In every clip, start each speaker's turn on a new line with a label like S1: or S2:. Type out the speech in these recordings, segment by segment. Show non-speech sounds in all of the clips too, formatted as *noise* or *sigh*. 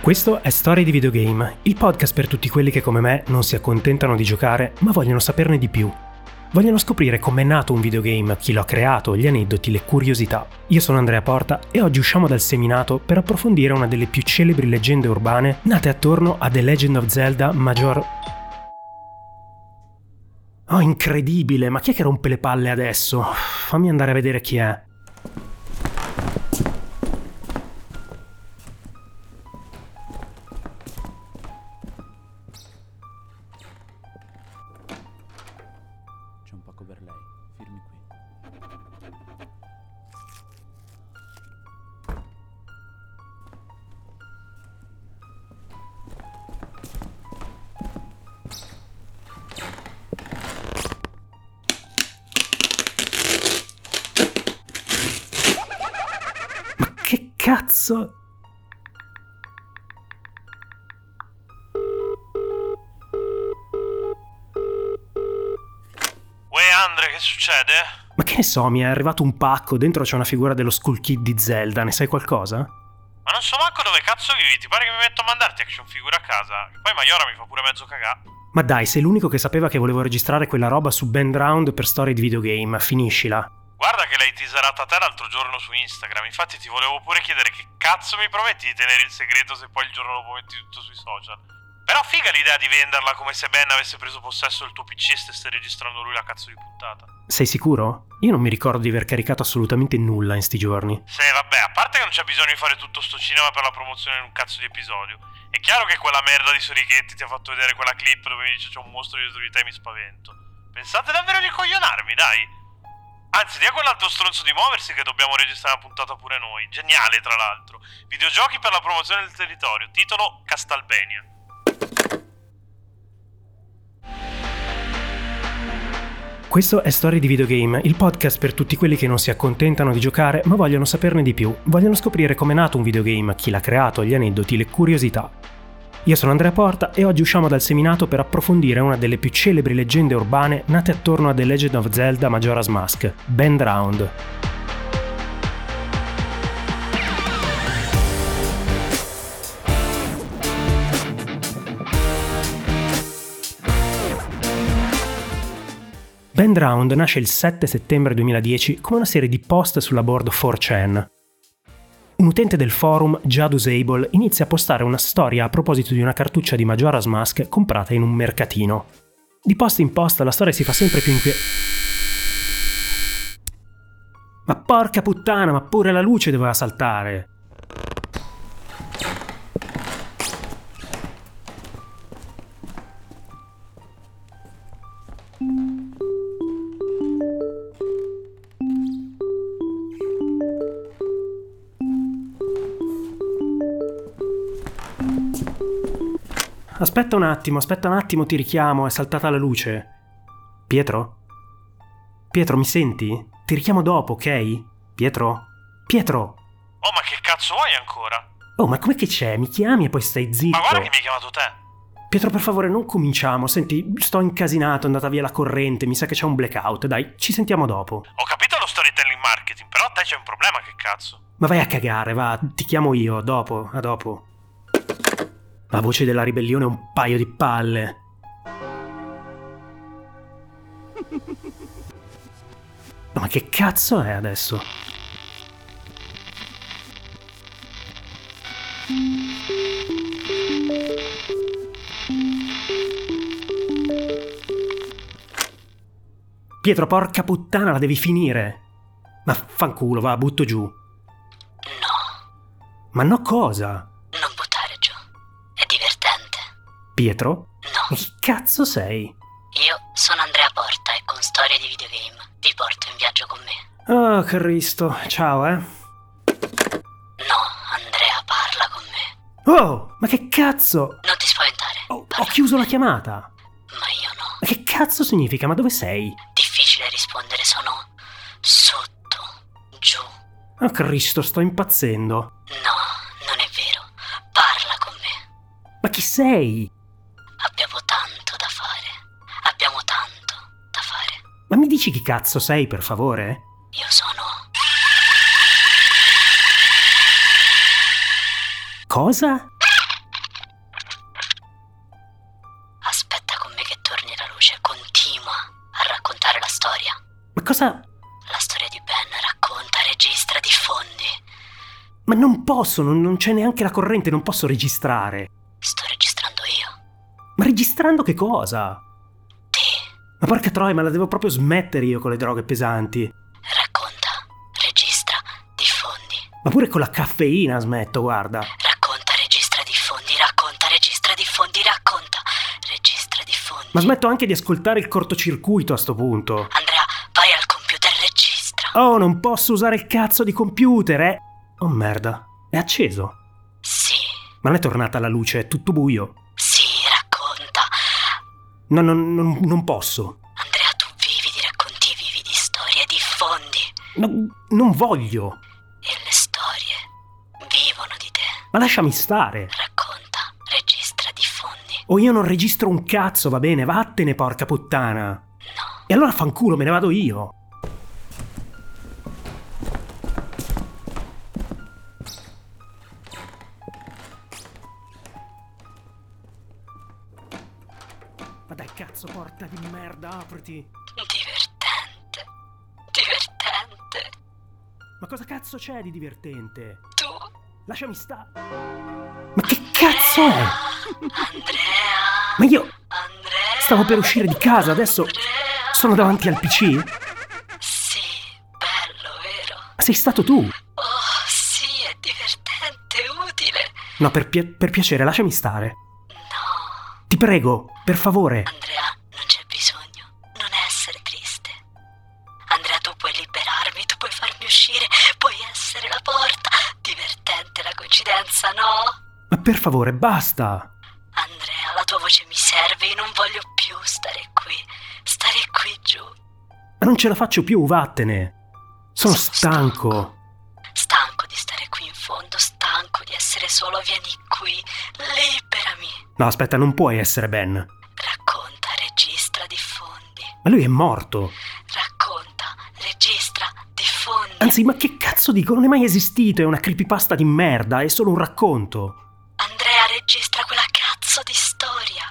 S1: Questo è Storie di Videogame, il podcast per tutti quelli che come me non si accontentano di giocare, ma vogliono saperne di più. Vogliono scoprire com'è nato un videogame, chi lo ha creato, gli aneddoti, le curiosità. Io sono Andrea Porta e oggi usciamo dal seminato per approfondire una delle più celebri leggende urbane nate attorno a The Legend of Zelda Major... Oh, incredibile, ma chi è che rompe le palle adesso? Fammi andare a vedere chi è.
S2: C'è un pacco per lei. Firmi qui.
S1: Che cazzo?
S3: Uè Andre, che succede?
S1: Ma che ne so, mi è arrivato un pacco, dentro c'è una figura dello Skull Kid di Zelda, ne sai qualcosa?
S3: Ma non so manco dove cazzo vivi, ti pare che mi metto a mandarti action figure a casa? Che poi Maiora mi fa pure mezzo cagà.
S1: Ma dai, sei l'unico che sapeva che volevo registrare quella roba su Band Round per storie di videogame, finiscila.
S3: Guarda che l'hai teaserata a te l'altro giorno su Instagram, infatti ti volevo pure chiedere che cazzo mi prometti di tenere il segreto se poi il giorno dopo metti tutto sui social. Però figa l'idea di venderla come se Ben avesse preso possesso del tuo PC e stesse registrando lui la cazzo di puntata.
S1: Sei sicuro? Io non mi ricordo di aver caricato assolutamente nulla in sti giorni.
S3: Se vabbè, a parte che non c'è bisogno di fare tutto sto cinema per la promozione di un cazzo di episodio. È chiaro che quella merda di Sorichetti ti ha fatto vedere quella clip dove mi dice c'è un mostro dietro di te e mi spavento. Pensate davvero di coglionarmi, dai! Anzi, dia a quell'altro stronzo di muoversi che dobbiamo registrare la puntata pure noi. Geniale, tra l'altro. Videogiochi per la promozione del territorio. Titolo Castalbenia.
S1: Questo è Storie di Videogame, il podcast per tutti quelli che non si accontentano di giocare ma vogliono saperne di più, vogliono scoprire com'è nato un videogame, chi l'ha creato, gli aneddoti, le curiosità. Io sono Andrea Porta e oggi usciamo dal seminato per approfondire una delle più celebri leggende urbane nate attorno a The Legend of Zelda Majora's Mask, Band Round. Band Round nasce il 7 settembre 2010 come una serie di post sulla board 4chan. Un utente del forum, Jadusable, inizia a postare una storia a proposito di una cartuccia di Majora's Mask comprata in un mercatino. Di post in post la storia si fa sempre più inquietante. Ma porca puttana, ma pure la luce doveva saltare! Aspetta un attimo, aspetta un attimo, ti richiamo, è saltata la luce. Pietro? Pietro, mi senti? Ti richiamo dopo, ok? Pietro? Pietro!
S3: Oh, ma che cazzo vuoi ancora?
S1: Oh, ma com'è che c'è? Mi chiami e poi stai zitto.
S3: Ma guarda che mi hai chiamato te.
S1: Pietro, per favore, non cominciamo. Senti, sto incasinato, è andata via la corrente, mi sa che c'è un blackout. Dai, ci sentiamo dopo.
S3: Ho capito lo storytelling marketing, però a te c'è un problema, che cazzo.
S1: Ma vai a cagare, va, ti chiamo io, dopo, a dopo. La voce della ribellione è un paio di palle. *laughs* No, Ma che cazzo è adesso? Pietro, porca puttana, la devi finire. Ma fanculo, va, butto giù.
S4: No,
S1: Ma no cosa?
S4: non buttare giù. È divertente.
S1: Pietro? Ma
S4: No,
S1: Chi cazzo sei?
S4: io sono Andrea Porta e con storie di videogame vi porto in viaggio con me.
S1: Oh, Cristo, ciao, eh.
S4: No, Andrea, parla con me.
S1: Oh, ma che cazzo?
S4: Non ti spaventare.
S1: Oh, ho
S4: parla
S1: chiuso la
S4: con me.
S1: chiamata.
S4: Ma io no.
S1: Ma che cazzo significa? Ma dove sei?
S4: Difficile rispondere, sono sotto, giù.
S1: Oh, Cristo, sto impazzendo.
S4: No, non è vero. Parla con me.
S1: Ma chi sei?
S4: Abbiamo tanto da fare. Abbiamo tanto da fare.
S1: Ma mi dici chi cazzo sei, per favore?
S4: Io sono
S1: Cosa? cosa...
S4: La storia di Ben racconta, registra, diffondi.
S1: Ma non posso, non, non c'è neanche la corrente, non posso registrare.
S4: Sto registrando io.
S1: Ma registrando che cosa?
S4: Te.
S1: Ma porca troia, ma la devo proprio smettere io con le droghe pesanti.
S4: Racconta, registra, diffondi.
S1: Ma pure con la caffeina smetto, guarda.
S4: Racconta, registra, diffondi. Racconta, registra, diffondi. Racconta, registra, diffondi.
S1: Ma smetto anche di ascoltare il cortocircuito a sto punto.
S4: Andrea, vai al computer, registra.
S1: Oh, non posso usare il cazzo di computer, eh! Oh merda, è acceso.
S4: Sì,
S1: Ma non è tornata la luce, è tutto buio.
S4: sì, racconta.
S1: No, no, no, non posso.
S4: Andrea, tu vivi di racconti, vivi di storie, diffondi.
S1: No, non voglio.
S4: E le storie vivono di te.
S1: Ma lasciami stare.
S4: Racconta, registra, diffondi.
S1: O io non registro un cazzo, va bene, vattene, porca puttana.
S4: No,
S1: E allora fanculo, me ne vado io. Ma dai cazzo, porta di merda, apriti.
S4: divertente. Divertente.
S1: Ma cosa cazzo c'è di divertente?
S4: Tu,
S1: Lasciami stare. Ma che cazzo è?
S4: Andrea.
S1: Ma io
S4: Andrea.
S1: stavo per uscire di casa, adesso
S4: Andrea.
S1: sono davanti al PC?
S4: Sì, bello, vero?
S1: Sei stato tu?
S4: Oh, sì, è divertente, utile.
S1: No, per, pia- per piacere, lasciami stare.
S4: No,
S1: Ti prego, per favore.
S4: Andrea, non c'è bisogno. Non essere triste. Andrea, tu puoi liberarmi, tu puoi farmi uscire, puoi essere la porta. Divertente la coincidenza, no?
S1: Ma per favore, basta.
S4: Andrea, la tua voce mi serve, io non voglio più stare qui. Stare qui giù.
S1: Ma non ce la faccio più, vattene. Sono stanco.
S4: Stanco di stare qui in fondo, stanco di essere solo, vieni qui, liberami.
S1: No, aspetta, non puoi essere Ben. Ma
S4: Racconta, registra, diffondi.
S1: lui è morto.
S4: Racconta, registra, diffondi.
S1: Anzi, ma che cazzo dico? Non è mai esistito, è una creepypasta di merda, è solo un racconto.
S4: Andrea, registra quella cazzo di storia.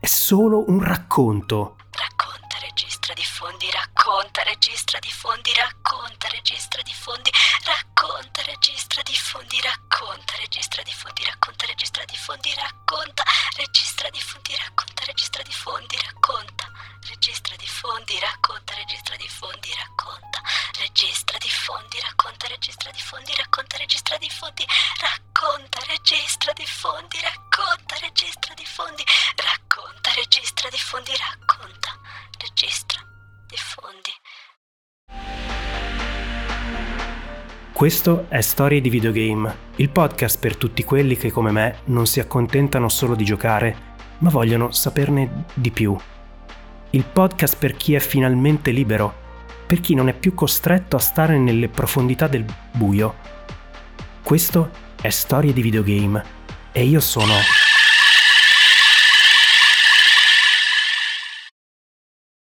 S1: È solo un racconto.
S4: Racconta, registra, diffondi, racconta, registra, diffondi, racconta, registra, diffondi, racconta, registra, diffondi, racconta, registra, diffondi, racconta, registra, diffondi, racconta, registra, diffondi, racconta, registra, diffondi, racconta, registra, diffondi, racconta, registra, diffondi, racconta, registra, diffondi, racconta, registra, diffondi, racconta, registra, diffondi, racconta, registra, diffondi, racconta, registra, diffondi, racconta, registra, diffondi, racconta, registra, diffondi.
S1: Questo è Storie di Videogame, il podcast per tutti quelli che come me non si accontentano solo di giocare, ma vogliono saperne di più. Il podcast per chi è finalmente libero, per chi non è più costretto a stare nelle profondità del buio. Questo è Storie di Videogame e io sono...